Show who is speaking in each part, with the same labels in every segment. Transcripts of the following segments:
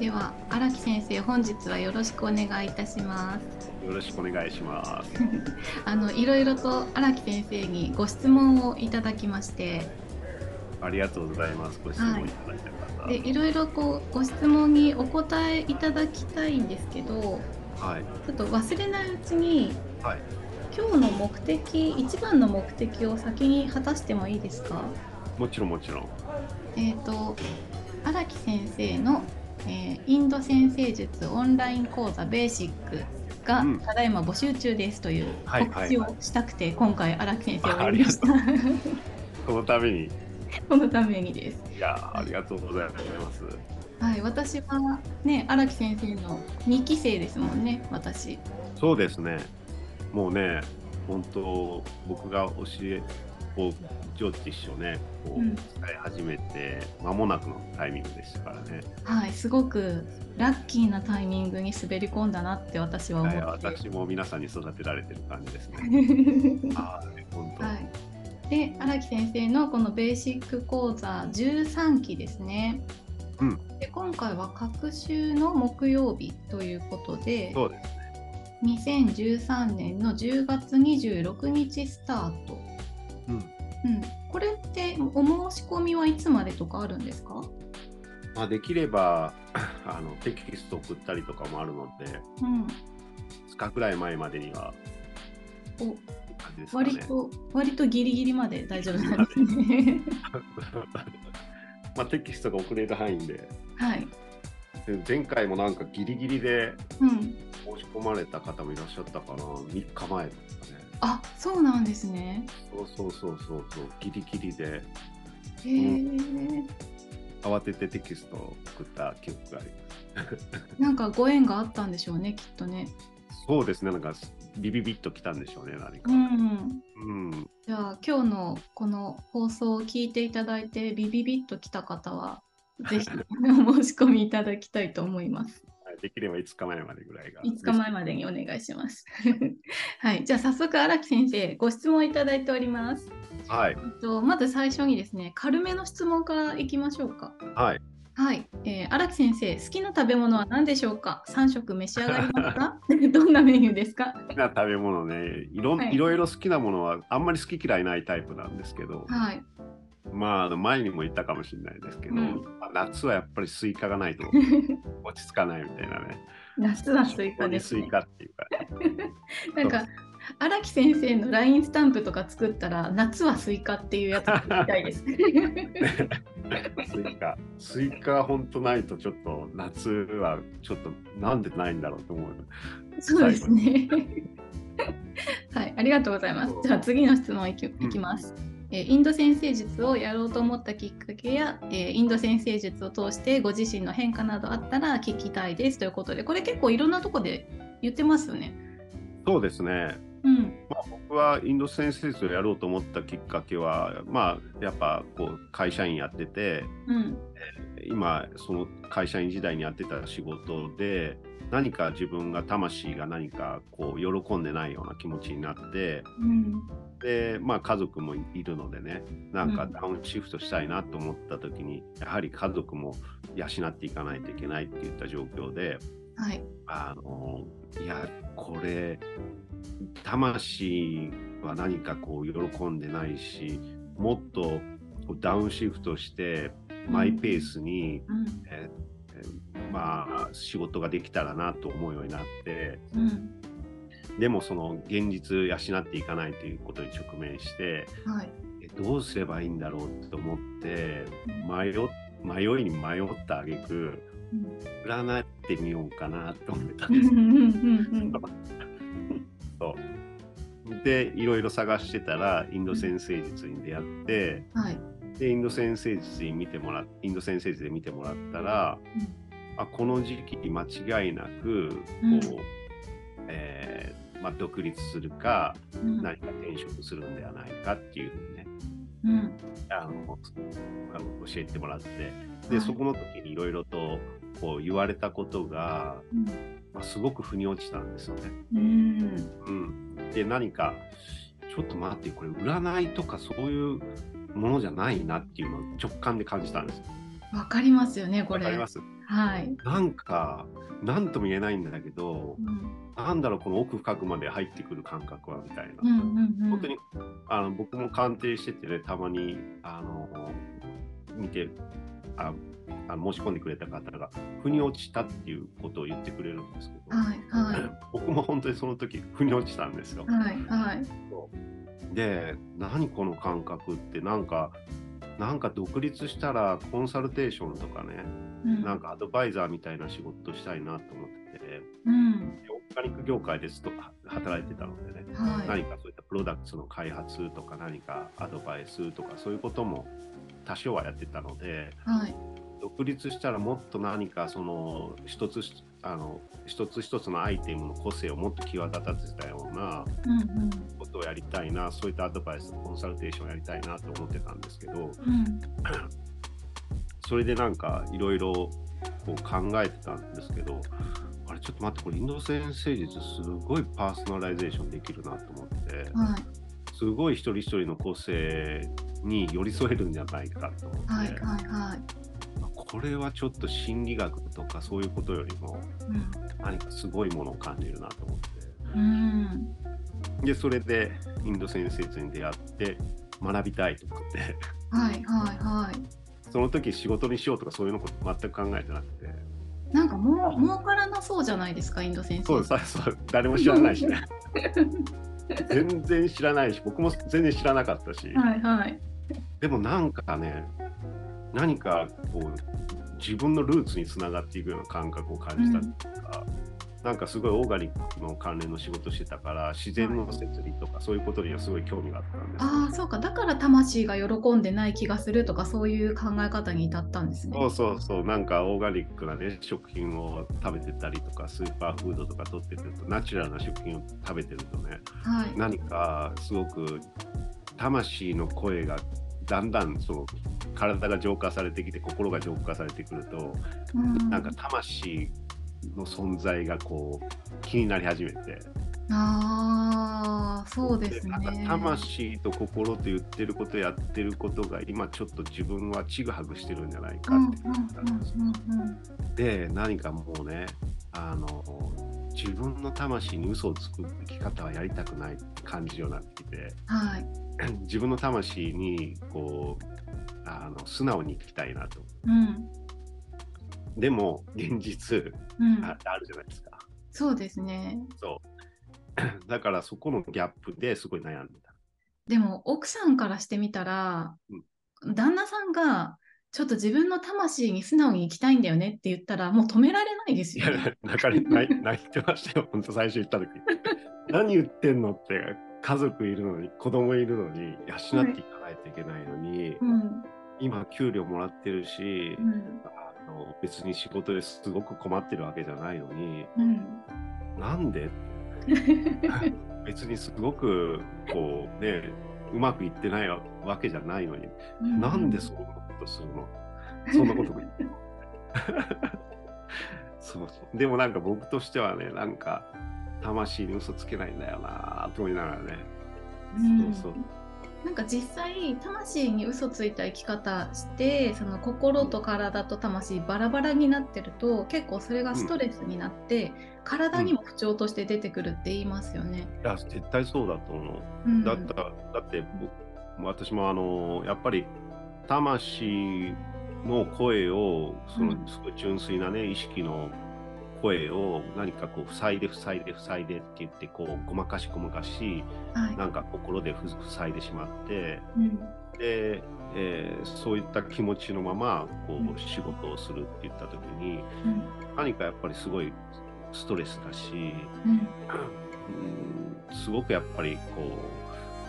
Speaker 1: では荒木先生本日はよろしくお願いいたします
Speaker 2: よろしくお願いします
Speaker 1: あのいろいろと荒木先生にご質問をいただきまして
Speaker 2: ありがとうございますご質問いただいた方、
Speaker 1: でいろいろこうご質問にお答えいただきたいんですけど
Speaker 2: はい
Speaker 1: ちょっと忘れないうちに
Speaker 2: はい
Speaker 1: 今日の目的一番の目的を先に果たしてもいいですか
Speaker 2: もちろんもちろん
Speaker 1: えっ、と荒木先生の、えーインド先生術オンライン講座ベーシック」が、
Speaker 2: うん
Speaker 1: ただいま募集中ですという
Speaker 2: はい
Speaker 1: 告知
Speaker 2: はい
Speaker 1: をしたくて、今回荒木先生を
Speaker 2: あ
Speaker 1: 呼
Speaker 2: あ
Speaker 1: び
Speaker 2: り
Speaker 1: ま
Speaker 2: が
Speaker 1: し
Speaker 2: と
Speaker 1: た
Speaker 2: うこのために
Speaker 1: このためにです。
Speaker 2: いやありがとうございます
Speaker 1: はい、私はね荒木先生の2期生ですもんね私。
Speaker 2: そうですねもうね本当僕が教えを上智師匠ねこう
Speaker 1: うん
Speaker 2: 伝え始めて間もなくのタイミングでしたからね、
Speaker 1: はい、すごくラッキーなタイミングに滑り込んだなって私は思っ
Speaker 2: はい
Speaker 1: て。
Speaker 2: 私も皆さんに育てられてる感じですね はい本当、
Speaker 1: はい、で荒木先生のこのベーシック講座13期ですね、
Speaker 2: うん
Speaker 1: で今回は各週の木曜日ということで
Speaker 2: そうです
Speaker 1: 2013年の10月26日スタート、
Speaker 2: うん
Speaker 1: うん、これってお申し込みはいつまでとかあるんですか、
Speaker 2: まあ、できれば あのテキスト送ったりとかもあるので
Speaker 1: うん、
Speaker 2: 2日くらい前までには
Speaker 1: お
Speaker 2: 感じですかね
Speaker 1: 割と、割とギリギリまで大丈夫なんですね。
Speaker 2: まあテキストが遅れる範囲で
Speaker 1: はい、
Speaker 2: で前回もなんかギリギリで
Speaker 1: うん、
Speaker 2: 申し込まれた方もいらっしゃったかな3日前とかね
Speaker 1: あそうなんですね。
Speaker 2: そうそうそうそうそうギリギリで
Speaker 1: へえ。
Speaker 2: 慌ててテキストを送った記憶がありま
Speaker 1: なんかご縁があったんでしょうね、きっとね。
Speaker 2: すそうですねなんかビビビッときたんでしょうね何か
Speaker 1: うん。
Speaker 2: うん
Speaker 1: じゃあ、今日のこの放送を聞いていただいて、ビビビッと来た方は、ぜひお申し込みいただきたいと思います。
Speaker 2: はいできれば5日前までぐらいが
Speaker 1: 5日前までにお願いします。はい、じゃあ早速荒木先生、ご質問いただいております。
Speaker 2: はい
Speaker 1: えっとまず最初にですね、軽めの質問からいきましょうか。
Speaker 2: はい
Speaker 1: はい、えー、荒木先生、好きな食べ物は何でしょうか。三食召し上がります か。どんなメニューですか。
Speaker 2: 好きな食べ物ねいろ,、
Speaker 1: はい
Speaker 2: い、ろいろ好きなものはあんまり好き嫌いないタイプなんですけど、
Speaker 1: はい。
Speaker 2: まああの前にも言ったかもしれないですけど、
Speaker 1: うん
Speaker 2: まあ夏はやっぱりスイカがないと落ち着かないみたいなね
Speaker 1: 夏はスイカです、
Speaker 2: 食
Speaker 1: ね
Speaker 2: にスイ。カっていうか
Speaker 1: なんか荒木先生の LINE スタンプとか作ったら夏はスイカっていうやつ作りたい です。
Speaker 2: スイカスイカほんとないとちょっと夏はちょっとなんでないんだろうと思う
Speaker 1: そうですね。はい、ありがとうございます。じゃあ次の質問いき
Speaker 2: ん
Speaker 1: いきます。えーインド先生術をやろうと思ったきっかけや、えーインド先生術を通してご自身の変化などあったら聞きたいですということでこれ結構いろんなとこで言ってますよね。
Speaker 2: そうですね
Speaker 1: うん、
Speaker 2: まあ僕はインド先生術をやろうと思ったきっかけはまあやっぱこう会社員やってて
Speaker 1: うん、
Speaker 2: 今その会社員時代にやってた仕事で何か自分が魂が何かこう喜んでないような気持ちになって
Speaker 1: うん、
Speaker 2: でまあ家族もいるのでねなんか
Speaker 1: うん
Speaker 2: ダウンシフトしたいなと思った時に、やはり家族も養っていかないといけないっていった状況で
Speaker 1: はい、
Speaker 2: あのいやこれ魂は何かこう喜んでないしもっとこうダウンシフトしてマイペースに、
Speaker 1: うん、
Speaker 2: えーまあ仕事ができたらなと思うようになって
Speaker 1: うん、
Speaker 2: でもその現実養っていかないということに直面して
Speaker 1: はい、
Speaker 2: えどうすればいいんだろうと思って迷っ迷いに迷った挙句
Speaker 1: うん
Speaker 2: 占ってみようかなと思った
Speaker 1: うんん
Speaker 2: で
Speaker 1: う
Speaker 2: す
Speaker 1: んうん
Speaker 2: でいろいろ探してたらインド先生術に出会って
Speaker 1: うんはい、
Speaker 2: でインド先生術に見てもらっインド先生術で見てもらったら、あこの時期間違いなくこう、
Speaker 1: うん
Speaker 2: えーまあ、独立するか
Speaker 1: うん
Speaker 2: 何か転職するんではないかっていうふうにね
Speaker 1: うん
Speaker 2: あのあの教えてもらって
Speaker 1: は
Speaker 2: で
Speaker 1: い
Speaker 2: そこの時にいろいろとこう言われたことが、
Speaker 1: うん
Speaker 2: まあ、すごく腑に落ちたんですよね。
Speaker 1: うん
Speaker 2: うん、で何かちょっと待ってこれ占いとかそういうものじゃないなっていうのを直感で感じたんです。
Speaker 1: わかりますよねこ
Speaker 2: わ
Speaker 1: れ。
Speaker 2: かります
Speaker 1: はい。
Speaker 2: なんか何とも言えないんだけど
Speaker 1: うん
Speaker 2: なんだろうこの奥深くまで入ってくる感覚はみたいな、
Speaker 1: うんうんうん。
Speaker 2: 本当にあの僕も鑑定しててねたまにあの見てああの申し込んでくれた方が腑に落ちたっていうことを言ってくれるんですけど、
Speaker 1: はいは
Speaker 2: 僕も本当にその時腑に落ちたんですよ
Speaker 1: い。はいはい。
Speaker 2: で何この感覚ってなんかなんか独立したらコンサルテーションとかね
Speaker 1: うん
Speaker 2: なんかアドバイザーみたいな仕事したいなと思ってて
Speaker 1: うん
Speaker 2: でオーガニック業界ですと働いてたのでね
Speaker 1: はい
Speaker 2: 何かそういったプロダクツの開発とか何かアドバイスとかそういうことも多少はやってたので
Speaker 1: はい
Speaker 2: 独立したらもっと何かその一つしあの一つ一つのアイテムの個性をもっと際立たせたような
Speaker 1: うんうん
Speaker 2: ことをやりたいなそういったアドバイスコンサルテーションをやりたいなと思ってたんですけど
Speaker 1: うん
Speaker 2: それでなんかいろいろこう考えてたんですけどあれちょっと待ってこれインド先生術すごいパーソナライゼーションできるなと思って
Speaker 1: はい
Speaker 2: すごい一人一人の個性に寄り添えるんじゃないかと思って、
Speaker 1: はいはいはい。
Speaker 2: これはちょっと心理学とかそういうことよりも
Speaker 1: うん
Speaker 2: 何かすごいものを感じるなと思って。
Speaker 1: うん
Speaker 2: でそれでインド先生術に出会って学びたいと思って
Speaker 1: はいはいはい。
Speaker 2: その時仕事にしようとかそういうのこと全く考えてなくて、
Speaker 1: なんかもう儲からなそうじゃないですかインド先生。
Speaker 2: そうさそう誰も知らないしね、 全然知らないし、僕も全然知らなかったし、
Speaker 1: はいはい。
Speaker 2: でもなんかね、何かこう、自分のルーツにつながっていくような感覚を感じたっていうか、なんかすごいオーガニックの関連の仕事してたから、自然の摂理とか、そういうことにはすごい興味があったんですよ。
Speaker 1: ああそうかだから魂が喜んでない気がするとかそういう考え方に至ったんですね。
Speaker 2: そうそうそうなんかオーガニックなね食品を食べてたりとかスーパーフードとか取ってくるとナチュラルな食品を食べてるとね
Speaker 1: はい。
Speaker 2: 何かすごく魂の声がだんだんその体が浄化されてきて心が浄化されてくると
Speaker 1: うん
Speaker 2: なんか魂の存在がこう気になり始めて
Speaker 1: ああそうです
Speaker 2: なんか
Speaker 1: ね。
Speaker 2: 魂と心と言ってることやってることが今ちょっと自分はちぐはぐしてるんじゃないか
Speaker 1: うんうん
Speaker 2: って
Speaker 1: うんうん
Speaker 2: で何かもうねあの自分の魂に嘘をつく生き方はやりたくないって感じるようになってきて。
Speaker 1: はい。
Speaker 2: 自分の魂にこうあの素直に生きたいなと
Speaker 1: うん
Speaker 2: でも現実
Speaker 1: うん
Speaker 2: ああるじゃないですか
Speaker 1: そうですね。
Speaker 2: そうだからそこのギャップですごい悩んでた
Speaker 1: でも奥さんからしてみたら、旦那さんがちょっと自分の魂に素直に生きたいんだよねって言ったらもう止められないです
Speaker 2: い
Speaker 1: よ
Speaker 2: や
Speaker 1: ね。
Speaker 2: 泣かれ泣い 泣いてましたよ本当最初言った時何言ってんのって家族いるのに子供いるのに養っていかないといけないのに、
Speaker 1: うん
Speaker 2: 今給料もらってるし、
Speaker 1: うん
Speaker 2: あの別に仕事ですごく困ってるわけじゃないのに
Speaker 1: うん
Speaker 2: なんで別にすごくこうねうまくいってないわけじゃないのに、
Speaker 1: うん
Speaker 2: なんでそんなことするのそんなことも言ってる そうそうでもなんか僕としてはねなんか魂に嘘つけないんだよなと思いながらね、
Speaker 1: うん
Speaker 2: そうそう
Speaker 1: なんか実際魂に嘘ついた生き方してその心と体と魂バラバラになってると結構それがストレスになって、体にも不調として出てくるって言いますよね。
Speaker 2: いや絶対そうだと思
Speaker 1: うん
Speaker 2: うだったらだって僕私もあのやっぱり魂の声をそうの
Speaker 1: ん
Speaker 2: すごい純粋なね意識の声を何かこう塞いで塞いで塞いでって言ってこうごまかしごまかし
Speaker 1: はい
Speaker 2: なんか心でふ塞いでしまって
Speaker 1: うん
Speaker 2: で、えーそういった気持ちのままこ
Speaker 1: うん
Speaker 2: う仕事をするって言った時に
Speaker 1: うん
Speaker 2: 何かやっぱりすごいストレスだし、
Speaker 1: うん
Speaker 2: うん、すごくやっぱりこ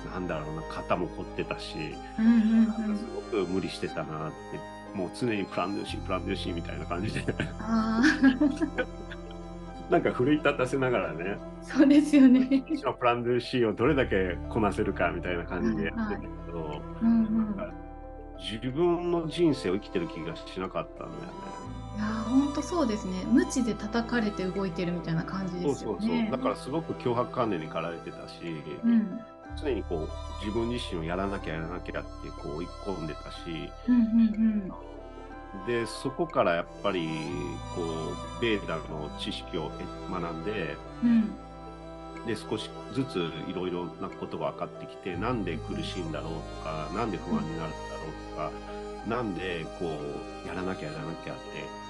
Speaker 2: うなんだろうな肩も凝ってたし
Speaker 1: うんうんう
Speaker 2: す
Speaker 1: ん
Speaker 2: ごく無理してたなってもう常にプランドゥシープランドゥシーみたいな感じで
Speaker 1: ああ
Speaker 2: なんか奮い立たせながらね
Speaker 1: そうですよね。
Speaker 2: 私のプランドゥシーをどれだけこなせるかみたいな感じでやってたけど、
Speaker 1: うんうん、い
Speaker 2: なんか自分の人生を生きてる気がしなかったんだよね。
Speaker 1: やー本当そうですね。無知で叩かれて動いてるみたいな感じ
Speaker 2: そ
Speaker 1: で
Speaker 2: う
Speaker 1: す
Speaker 2: そ
Speaker 1: よ
Speaker 2: うそう
Speaker 1: ね。
Speaker 2: だからすごく脅迫観念に駆られてたし、
Speaker 1: うん
Speaker 2: 常にこう自分自身をやらなきゃやらなきゃってこう追い込んでたし
Speaker 1: うんうんうん
Speaker 2: でそこからやっぱりこうベーダの知識を学んで
Speaker 1: うん
Speaker 2: で少しずついろいろなことが分かってきてなんで苦しいんだろうとかなんで不安になるんだろうとかなんでこうやらなきゃやらなきゃっ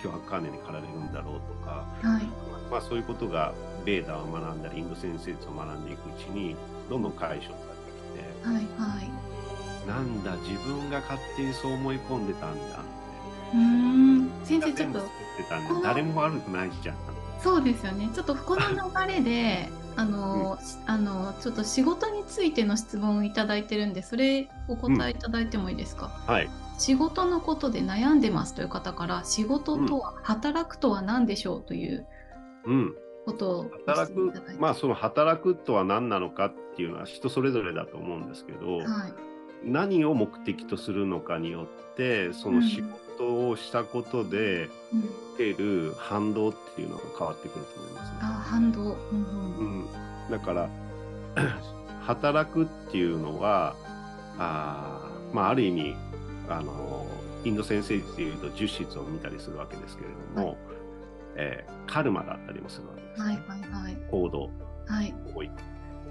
Speaker 2: て脅迫観念に駆られるんだろうとか、
Speaker 1: はい
Speaker 2: まあ、そういうことがベーダを学んだりインド先生術を学んでいくうちにどんどん解消されて
Speaker 1: はいはい
Speaker 2: きてなんだ自分が勝手にそう思い込んでたんだ
Speaker 1: うーん先生ちょ
Speaker 2: 全
Speaker 1: っと
Speaker 2: 部作ってたん
Speaker 1: こ
Speaker 2: で
Speaker 1: の
Speaker 2: 誰も悪くないじゃん。
Speaker 1: そうですよねちょっとこの流れ であの、しあのちょっと仕事についての質問をいただいてるんでそれお答えいただいてもいいですか、
Speaker 2: はい、
Speaker 1: 仕事のことで悩んでますという方から仕事とは、働くとは何でしょうという
Speaker 2: うん
Speaker 1: ことを
Speaker 2: 働
Speaker 1: ご質問
Speaker 2: く
Speaker 1: いただいて
Speaker 2: まあその働くとは何なのかっていうのは人それぞれだと思うんですけど、
Speaker 1: はい
Speaker 2: 何を目的とするのかによってその仕事をしたことで
Speaker 1: うん、
Speaker 2: 出る反動っていうのが変わってくると思いますね。
Speaker 1: あ反動、うん
Speaker 2: う
Speaker 1: うん、
Speaker 2: ん、だから 働くっていうのはあー、まあ、ある意味あのインド先生でいうと十室を見たりするわけですけれども、
Speaker 1: は
Speaker 2: えーカルマだったりもするわけです、
Speaker 1: はい
Speaker 2: ね
Speaker 1: はいはい
Speaker 2: 行動
Speaker 1: はい、
Speaker 2: 行為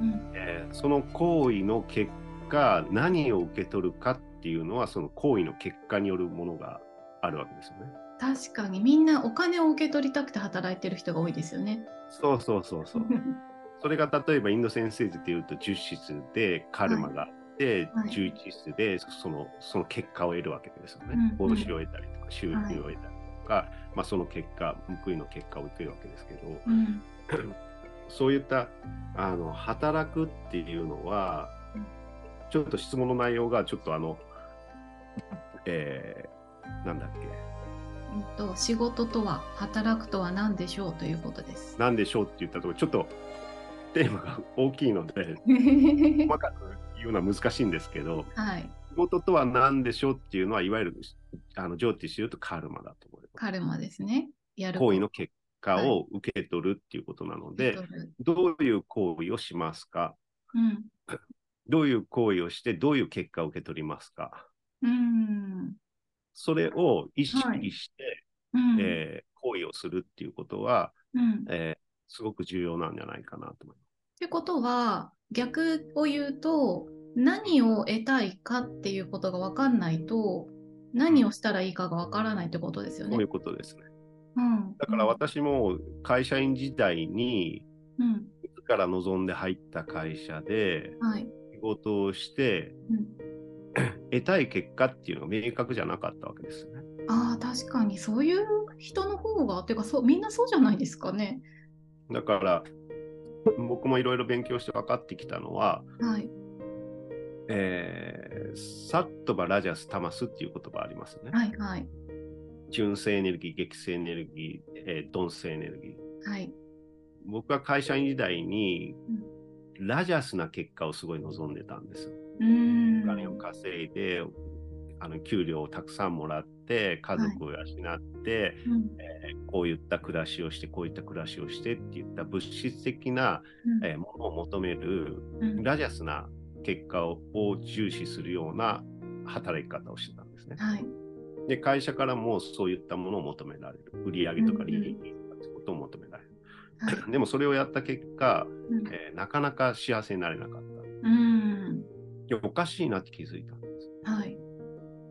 Speaker 1: うん、
Speaker 2: えーその行為の結果何を受け取るかっていうのはその行為の結果によるものがあるわけですよね。
Speaker 1: 確かにみんなお金を受け取りたくて働いてる人が多いですよね。
Speaker 2: そうそうそうそう。それが例えばインド先生でいうと10室でカルマがあって、
Speaker 1: はいはい
Speaker 2: 11室でそのその結果を得るわけですよね。
Speaker 1: うんうん
Speaker 2: 報酬を得たりとか収入を得たりとか、まあ、その結果報いの結果を受けるわけですけど。
Speaker 1: うん、
Speaker 2: そういったあの働くっていうのは
Speaker 1: うん、
Speaker 2: ちょっと質問の内容がちょっとあの、えーなんだっけ、
Speaker 1: えっと仕事とは働くとは何でしょうということです。
Speaker 2: なんでしょうって言ったところ、ちょっとテーマが大きいので、細かく言うのは難しいんですけど、
Speaker 1: はい、
Speaker 2: 仕事とは何でしょうっていうのは、いわゆるあの上手して言うとカルマだと思いま
Speaker 1: カルマですね。や
Speaker 2: す。
Speaker 1: る
Speaker 2: 行為
Speaker 1: 為
Speaker 2: の結果を受け取るっていうことなので、どういう行為をしますか
Speaker 1: うん、
Speaker 2: どういう行為をして、どういう結果を受け取りますか
Speaker 1: うん、
Speaker 2: それを意識して、
Speaker 1: うん、
Speaker 2: えー行為をするっていうことは、
Speaker 1: うん。っ
Speaker 2: えーすごく重要なんじゃないかなと思いま
Speaker 1: てことは逆を言うと何を得たいかっていうことが分かんないと何をしたらいいかが分からないってことですよ
Speaker 2: す。
Speaker 1: ね
Speaker 2: こういう。ことですね。
Speaker 1: うん
Speaker 2: だから、私も会社員時代に、
Speaker 1: うん、
Speaker 2: 自ら望んで入った会社で
Speaker 1: はい、
Speaker 2: 仕事をして、
Speaker 1: うん、
Speaker 2: 得たい結果っていうのが明確じゃなかったわけですね。
Speaker 1: ああ確かにそういう人の方がてかそうみんなそうじゃないですかね。
Speaker 2: だから、僕もいろいろ勉強して分かってきたのは、
Speaker 1: はい、
Speaker 2: えー、サットバ・ラジャス・タマスっていう言葉ありますね。
Speaker 1: はいはい
Speaker 2: 純正エネルギー、激性エネルギー、えー、鈍性エネルギー。
Speaker 1: はい。
Speaker 2: 僕は会社員時代に
Speaker 1: うん
Speaker 2: ラジャスな結果をすごい望んでたんですよ。
Speaker 1: うーん
Speaker 2: お金を稼いで、あの給料をたくさんもらって、家族を養って、
Speaker 1: うん
Speaker 2: こういった暮らしをして、こういった暮らしをしてっていった物質的な、えーものを求める
Speaker 1: うん
Speaker 2: ラジャスな結果を重視するような働き方をしてたんですね。
Speaker 1: はい
Speaker 2: で、会社からもそういったものを求められる。売り上げとか利益とかってことを求められる。
Speaker 1: はい。
Speaker 2: でもそれをやった結果、
Speaker 1: うん
Speaker 2: えーなかなか幸せになれなかっ
Speaker 1: う
Speaker 2: た。
Speaker 1: ん
Speaker 2: いやおかしいなって気づいたんです。
Speaker 1: はい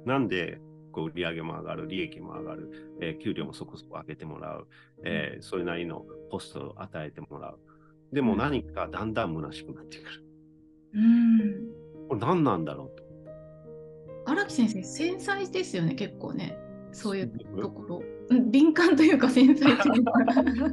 Speaker 2: なんでこう売り上げも上がる、利益も上がる、えー給料もそこそこ上げてもらう、えーそれなりのポストを与えてもらう。で
Speaker 1: う
Speaker 2: も
Speaker 1: ん
Speaker 2: 何かだんだん虚しくなってくる。
Speaker 1: うん。
Speaker 2: これ何なんだろうと。
Speaker 1: 荒木先生繊細ですよね結構ねそういうところ。うん敏感というか繊細というか。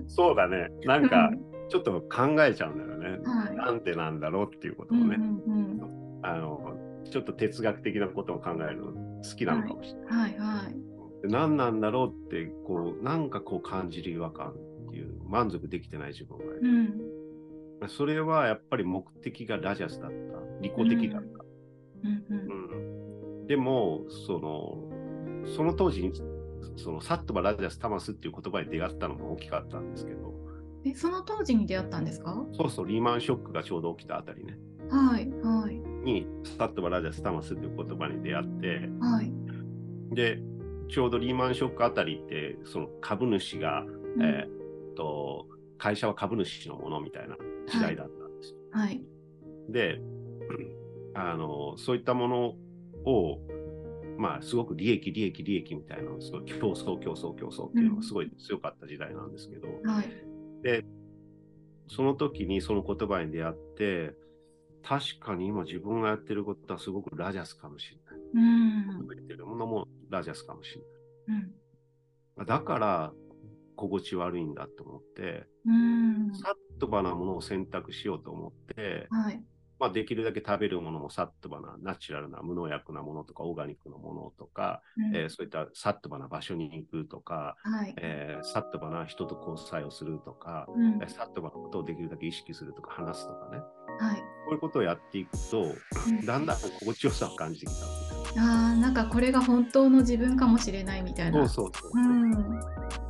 Speaker 2: そうだね。なんか
Speaker 1: うん
Speaker 2: ちょっと考えちゃうんだよね。
Speaker 1: はい。
Speaker 2: なんでなんだろうっていうこと
Speaker 1: う
Speaker 2: を
Speaker 1: ん
Speaker 2: ね、
Speaker 1: うん
Speaker 2: あのちょっと哲学的なことを考えるの好きなのかもしれない。
Speaker 1: うんはいはい。
Speaker 2: で何なんだろうってこうなんかこう感じる違和感っていう満足できてない自分がいる、
Speaker 1: うん
Speaker 2: それはやっぱり目的がラジャスだった利己的だった、
Speaker 1: うんう
Speaker 2: うんんでもそのその当時にそのサットバラジャスタマスっていう言葉に出会ったのも大きかったんですけど
Speaker 1: えその当時に出会ったんですか。
Speaker 2: そうそうリーマンショックがちょうど起きたあたりね
Speaker 1: はいはい
Speaker 2: にサットバラジャスタマスっていう言葉に出会って
Speaker 1: はい。
Speaker 2: でちょうどリーマンショックあたりってその株主が、
Speaker 1: うん
Speaker 2: えーっと会社は株主のものみたいな時代だったんですよ。
Speaker 1: はい。
Speaker 2: であのそういったものをまあすごく利益利益利益みたいなのすごい競争競争競争っていうのがすごい強かった時代なんですけど、
Speaker 1: はい。
Speaker 2: その時にその言葉に出会って確かに今自分がやってることはすごくラジャスかもしれない。
Speaker 1: うん。
Speaker 2: 言ってるものもラジャスかもしれない。
Speaker 1: うん。
Speaker 2: あだから心地悪いんだと思って、
Speaker 1: うん。
Speaker 2: さっとばなものを選択しようと思って、
Speaker 1: はい。
Speaker 2: まあ、できるだけ食べるものもさっとばな、ナチュラルな無農薬なものとか、オーガニックのものとか、
Speaker 1: うん
Speaker 2: えーそういったさっとばな場所に行くとか、
Speaker 1: はい。
Speaker 2: えーさっとばな人と交際をするとか、
Speaker 1: うん。
Speaker 2: えー
Speaker 1: はい。
Speaker 2: さっとばなことをできるだけ意識するとか、話すとかね、こういうことをやっていくと、
Speaker 1: うん
Speaker 2: だんだん心地よさを感じてきたわけです。
Speaker 1: ああ、なんかこれが本当の自分かもしれないみたい
Speaker 2: そ
Speaker 1: な。
Speaker 2: うそうそう。
Speaker 1: うん。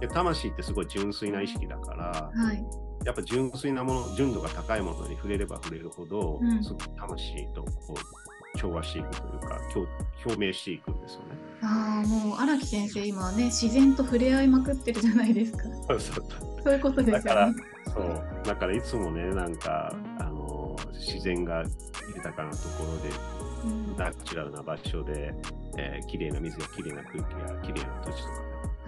Speaker 2: で魂ってすごい純粋な意識だから、
Speaker 1: はい。
Speaker 2: やっぱ純粋なもの、純度が高いものに触れれば触れるほど、
Speaker 1: うん
Speaker 2: すごく魂とこう調和していくというか、共表明していくんですよね。
Speaker 1: ああ、もう荒木先生、今ね、自然と触れ合いまくってるじゃないですか。
Speaker 2: そうそう
Speaker 1: そういうことですよね。
Speaker 2: そうだからいつもね、なんか、あの自然が豊かなところで、
Speaker 1: うんは
Speaker 2: ナチュラルな場所で、えー綺麗な水や綺麗な空気や綺麗な土地と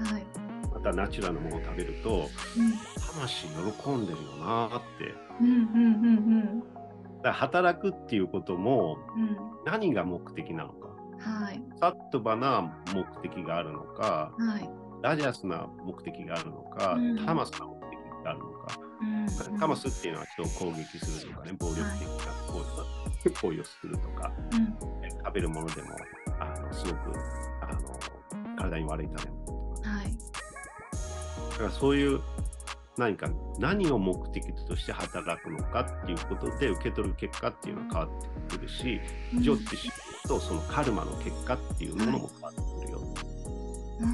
Speaker 2: かね、
Speaker 1: い。
Speaker 2: またナチュラルなものを食べると、
Speaker 1: うん。
Speaker 2: 魂喜んでるよなーって。
Speaker 1: うんうんうん
Speaker 2: だから働くっていうことも、
Speaker 1: うんう
Speaker 2: 何が目的なのか。
Speaker 1: んはい
Speaker 2: さっとばな目的があるのか、
Speaker 1: はい
Speaker 2: ラジャスな目的があるのか、
Speaker 1: うん
Speaker 2: タマスな目的があるのか、
Speaker 1: うん
Speaker 2: タマスっていうのは人を攻撃するとかね、暴力的な行為行為をするとか、
Speaker 1: うん
Speaker 2: え食べるものでもあのすごくあの体に悪い食べ物とか、
Speaker 1: はい
Speaker 2: だからそういう何か何を目的として働くのかっていうことで受け取る結果っていうのは変わってくるし、
Speaker 1: うん
Speaker 2: ジョッティシュとそのカルマの結果っていうものも変わってくるよ。
Speaker 1: あ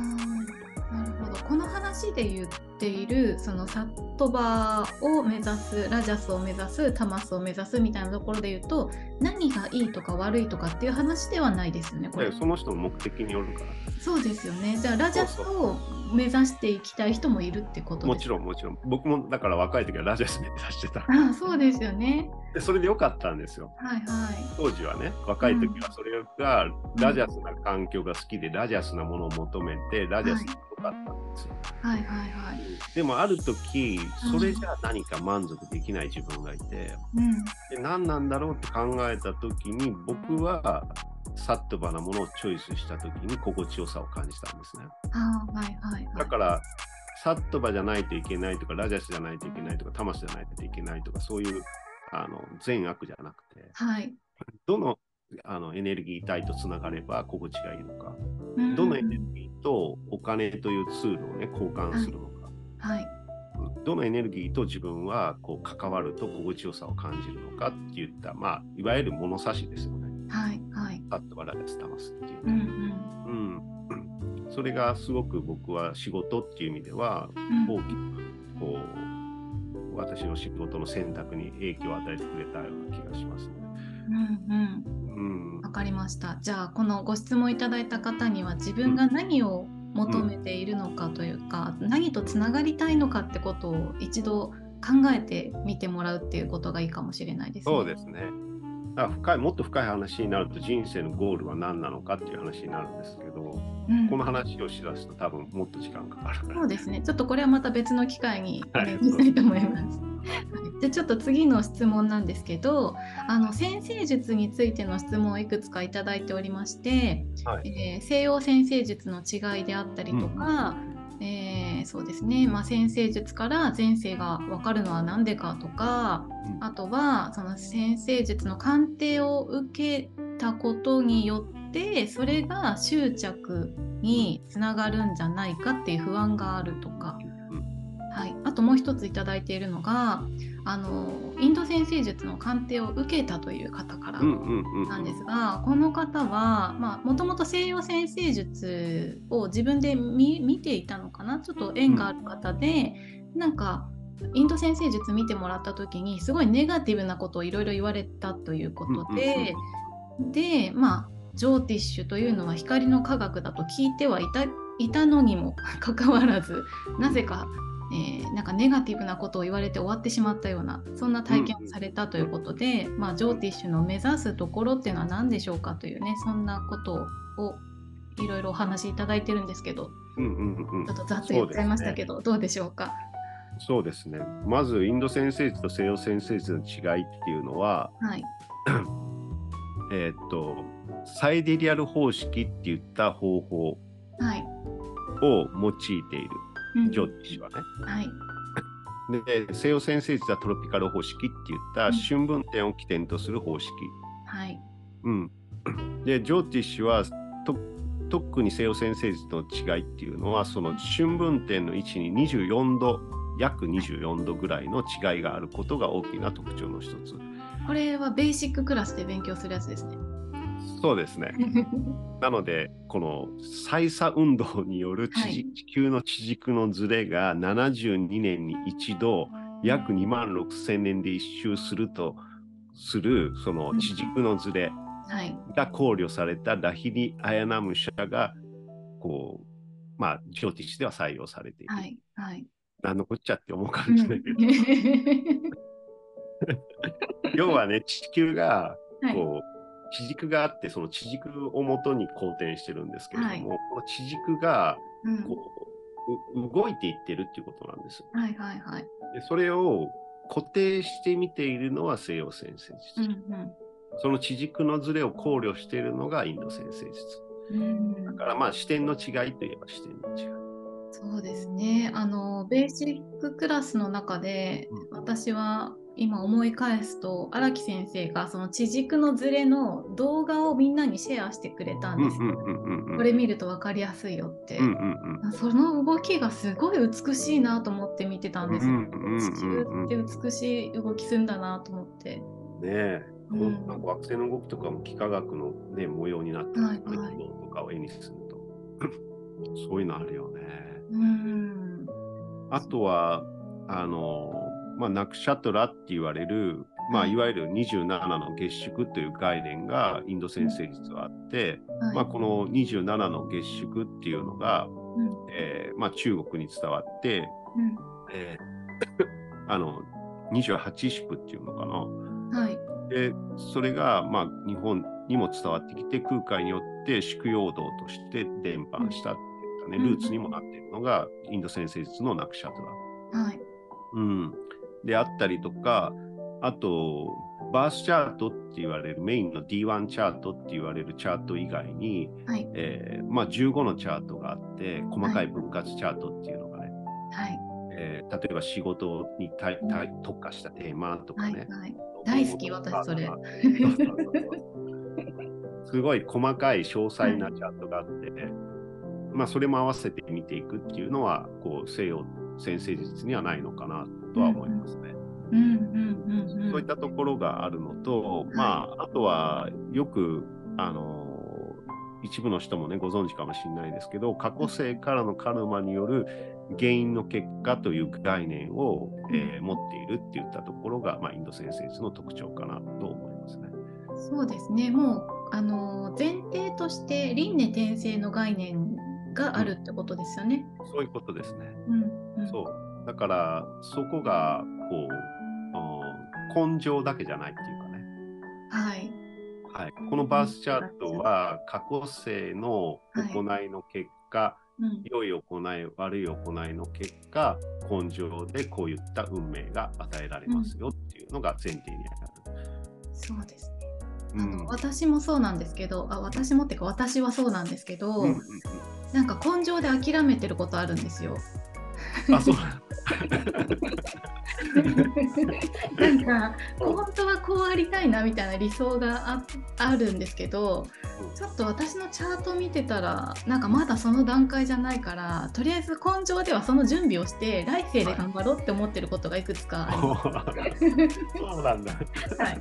Speaker 1: ーなるほどこの話で言っているそのサットバーを目指すラジャスを目指すタマスを目指すみたいなところで言うと何がいいとか悪いとかっていう話ではないですよねこれ
Speaker 2: でその人の目的によるから。
Speaker 1: そうですよねじゃあラジャスを目指していきたい人もいるってこと
Speaker 2: も
Speaker 1: です
Speaker 2: ちろんもちろん僕もだから若い時はラジャス目指して た
Speaker 1: あーそうですよね
Speaker 2: でそれで良かったんですよ
Speaker 1: はいは
Speaker 2: 当時はね若い時はそれがラジャスな環境が好きでラジャスなものを求めてラジャスが良かったんですよ、
Speaker 1: いはいはいはい
Speaker 2: でもある時それじゃ何か満足できない自分がいて
Speaker 1: うん
Speaker 2: で何なんだろうって考えた時に僕はサッとばなものをチョイスした時に心地よさを感じたんですね
Speaker 1: あーはいはいはい
Speaker 2: だから、サットバじゃないといけないとか、ラジャスじゃないといけないとか、タマスじゃないといけないとか、そういうあの善悪じゃなくて、
Speaker 1: はい
Speaker 2: どのあのエネルギー体とつながれば心地がいいのか、
Speaker 1: うん
Speaker 2: どのエネルギーとお金というツールを、ね、交換するのか、
Speaker 1: はい
Speaker 2: うんどのエネルギーと自分はこう関わると心地よさを感じるのかっていった、まあ、いわゆる物差しですよね。
Speaker 1: はいはい。
Speaker 2: サットバ、ラジャス、タマスっていう。
Speaker 1: うんうん
Speaker 2: うん、それがすごく僕は仕事っていう意味では
Speaker 1: うん
Speaker 2: 大きくこう私の仕事の選択に影響を与えてくれたような気がしますね。
Speaker 1: うんう
Speaker 2: うん
Speaker 1: ん。わかりました。じゃあこのご質問いただいた方には自分が何を求めているのかというか、何とつながりたいのかってことを一度考えてみてもらうっていうことがいいかもしれないですね。
Speaker 2: そうですね。だから深いもっと深い話になると人生のゴールは何なのかっていう話になるんですけど
Speaker 1: うん
Speaker 2: この話をしだすと多分もっと時間かかるか
Speaker 1: そう
Speaker 2: ら。
Speaker 1: ですね。ちょっとこれはまた別の機会にお
Speaker 2: はい
Speaker 1: 願いしたいと思います。はい、でちょっと次の質問なんですけど、あの先生術についての質問をいくつかいただいておりまして、
Speaker 2: は
Speaker 1: えー西洋先生術の違いであったりとか、えーそうですね。まあ先生術から前世がわかるのはなんでかとか、
Speaker 2: うん
Speaker 1: あとはその先生術の鑑定を受けたことによってそれが執着につながるんじゃないかっていう不安があるとか、はい、あともう一ついただいているのがあのインド先生術の鑑定を受けたという方から
Speaker 2: うんうんうんうん
Speaker 1: なんですがこの方はもともと西洋先生術を自分で見見ていたのかなちょっと縁がある方で、なんかインド先生術見てもらった時にすごいネガティブなことをいろいろ言われたということで、でまあジョーティッシュというのは光の科学だと聞いてはいたいたのにも かかわらずなぜか、えーなんかネガティブなことを言われて終わってしまったようなそんな体験をされたということで、まあ、ジョーティッシュの目指すところっていうのは何でしょうかというねそんなことをいろいろお話しいただいてるんですけど
Speaker 2: うんうんうん
Speaker 1: ちょっとざっと言っちゃいましたけど、どうでしょうか。
Speaker 2: そうですねまずインド先生と西洋先生の違いっていうのは
Speaker 1: はい、
Speaker 2: えーっとサイデリアル方式って言った方法を
Speaker 1: はい、
Speaker 2: 用いている
Speaker 1: うん
Speaker 2: ジョーティッシュはね。
Speaker 1: はい、
Speaker 2: で西洋先生術はトロピカル方式って言った春分点を起点とする方式。
Speaker 1: はい、
Speaker 2: うん、でジョーティッシュはと特に西洋先生術との違いっていうのはその春分点の位置に24度約24度ぐらいの違いがあることが大きな特徴の一つ。
Speaker 1: これはベーシッククラスで勉強するやつ ですね。
Speaker 2: そうですねなのでこの再差運動による地,、
Speaker 1: はい
Speaker 2: 地球の地軸のずれが72年に一度約2万6,000年で一周するとするその地軸のずれ
Speaker 1: はい、
Speaker 2: が考慮されたラヒリ・アヤナム社がこうまあジョーティッシュでは採用されている。
Speaker 1: はい、はい。
Speaker 2: 何のこっちゃって思うか
Speaker 1: う
Speaker 2: も
Speaker 1: ん
Speaker 2: しれないけど、要はね地球が
Speaker 1: はい
Speaker 2: こう地軸があってその地軸をもとに公転してるんですけれども、
Speaker 1: はい
Speaker 2: この地軸が
Speaker 1: うん
Speaker 2: こうう動いていってるっていうことなんです。
Speaker 1: はいはいはい。
Speaker 2: でそれを固定してみているのは西洋先生
Speaker 1: う
Speaker 2: 術、
Speaker 1: ん
Speaker 2: その地軸のズレを考慮しているのがインド先生術
Speaker 1: うん。うん
Speaker 2: だからまあ視点の違いといえば視点の違い。
Speaker 1: そうですね。あのベーシッククラスの中で
Speaker 2: う
Speaker 1: 私は今思い返すと荒木先生がその地軸のズレの動画をみんなにシェアしてくれたん
Speaker 2: うん
Speaker 1: ですよ。
Speaker 2: うんうんうんうん
Speaker 1: これ見ると分かりやすいよって。
Speaker 2: うんうん
Speaker 1: その動きがすごい美しいなと思って見てたんですよ。
Speaker 2: うんうんうんうん
Speaker 1: 地球って美しい動きするんだなと思って。
Speaker 2: うん。ねえ、
Speaker 1: うん
Speaker 2: なんか惑星の動きとかも幾何学の、ね、模様になってる、
Speaker 1: はい
Speaker 2: ね軌
Speaker 1: はい
Speaker 2: 道とかを絵にすると。 そういうのあるよね。
Speaker 1: うん。
Speaker 2: あとは、あの、まあ、ナクシャトラって言われる、まあ、いわゆる27の月食という概念がインド先生術はあって、
Speaker 1: はい
Speaker 2: まあ、この27の月食っていうのが、
Speaker 1: うん
Speaker 2: えーまあ、中国に伝わって、えー あの28宿っていうのかな。
Speaker 1: うんはい。
Speaker 2: でそれが、まあ、日本にも伝わってきて空海によって宿陽道として伝播したっていうかね、
Speaker 1: うん
Speaker 2: ルーツにもなっているのがインド先生術のナクシャトラ。
Speaker 1: はい。
Speaker 2: うん、であったりとかあとバースチャートって言われるメインの D1 チャートって言われるチャート以外に、
Speaker 1: はい
Speaker 2: えーまあ、15のチャートがあって細かい分割チャートっていうのがね、
Speaker 1: はい。
Speaker 2: えー例えば仕事に対対特化したテーマとか
Speaker 1: はい。
Speaker 2: ね、
Speaker 1: はい。大好き私それ
Speaker 2: そうそうそうそうすごい細かい詳細なチャートがあって、まあ、それも合わせて見ていくっていうのはこう西洋先生術にはないのかなとは思いますね。
Speaker 1: うんうんうんうん。
Speaker 2: そういったところがあるのと、まあ、あとはよく、あの一部の人もね、ご存知かもしれないですけど、過去性からのカルマによる原因の結果という概念を、えー持っているっていったところが、まあ、インド先生術の特徴かなと思いますね。
Speaker 1: そうですね。もうあの前提として輪廻転生の概念があるってことですよね。
Speaker 2: そういうことですね。
Speaker 1: うん、うん、
Speaker 2: そう。だから、そこが、こう、あー根性だけじゃないっていうかね。
Speaker 1: はい。
Speaker 2: はい、このバースチャートは過去生の行いの結果、
Speaker 1: うん、
Speaker 2: 良い行い悪い行いの結果根性でこういった運命が与えられますよっていうのが前提にある。
Speaker 1: そうですね。
Speaker 2: う
Speaker 1: あ
Speaker 2: ん
Speaker 1: の私もそうなんですけど、あ私もってか私はそうなんですけど、
Speaker 2: うんうん
Speaker 1: なんか根性で諦めてることあるんですよ。
Speaker 2: うんあそう
Speaker 1: なんか本当はこうありたいなみたいな理想がああるんですけどちょっと私のチャート見てたらなんかまだその段階じゃないからとりあえず根性ではその準備をして来世で頑張ろうって思ってることがいくつかありま
Speaker 2: そうなんだ。
Speaker 1: す。はい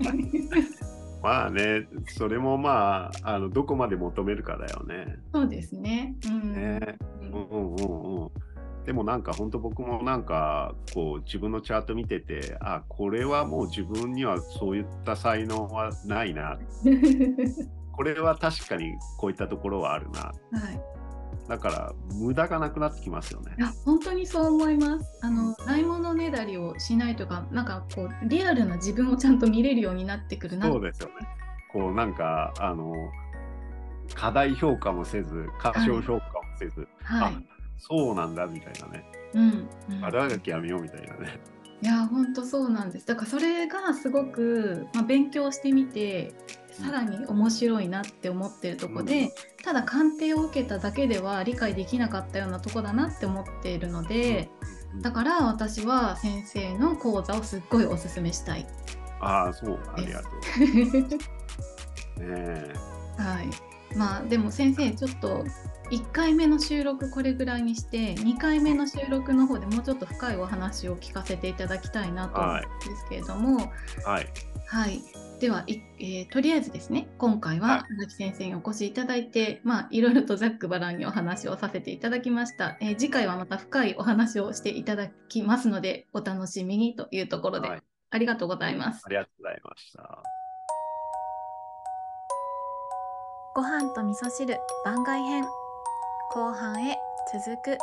Speaker 2: まあねそれもまああのどこまで求めるかだよね。
Speaker 1: そうですね。うん
Speaker 2: ねうんうんうんうんでもなんか本当僕もなんかこう自分のチャート見ててあこれはもう自分にはそういった才能はないなこれは確かにこういったところはあるな。
Speaker 1: はい
Speaker 2: だから無駄がなくなってきますよね
Speaker 1: い。や本当にそう思います。あのないものねだりをしないとか、なんかこうリアルな自分をちゃんと見れるようになってくるな。
Speaker 2: そうですよね。こうなんかあの課題評価もせず過小評価もせず、
Speaker 1: はい
Speaker 2: あ。そうなんだみたいなね
Speaker 1: うん。うん
Speaker 2: 悪あがきやめようみたいなね。
Speaker 1: いや本当そうなんです。だからそれがすごくまあ勉強してみて。さらに面白いなって思ってるとこで、
Speaker 2: うん
Speaker 1: ただ鑑定を受けただけでは理解できなかったようなとこだなって思っているので、
Speaker 2: うん
Speaker 1: だから私は先生の講座をすっごいおすすめ したい。
Speaker 2: ああそうありがとう。ねえ
Speaker 1: はい。まあでも先生ちょっと1回目の収録これぐらいにして2回目の収録の方でもうちょっと深いお話を聞かせていただきたいなと思
Speaker 2: はい
Speaker 1: うんですけれども、はい
Speaker 2: はい
Speaker 1: ではい、えーとりあえずですね今回
Speaker 2: はい
Speaker 1: は荒木先生にお越しいただいて、まあいろいろとざっくばらんにお話をさせていただきました、えー次回はまた深いお話をしていただきますのでお楽しみにというところで、
Speaker 2: はい
Speaker 1: ありがとうございます
Speaker 2: ありがとうございました。
Speaker 3: ご飯と味噌汁番外編後半へ続く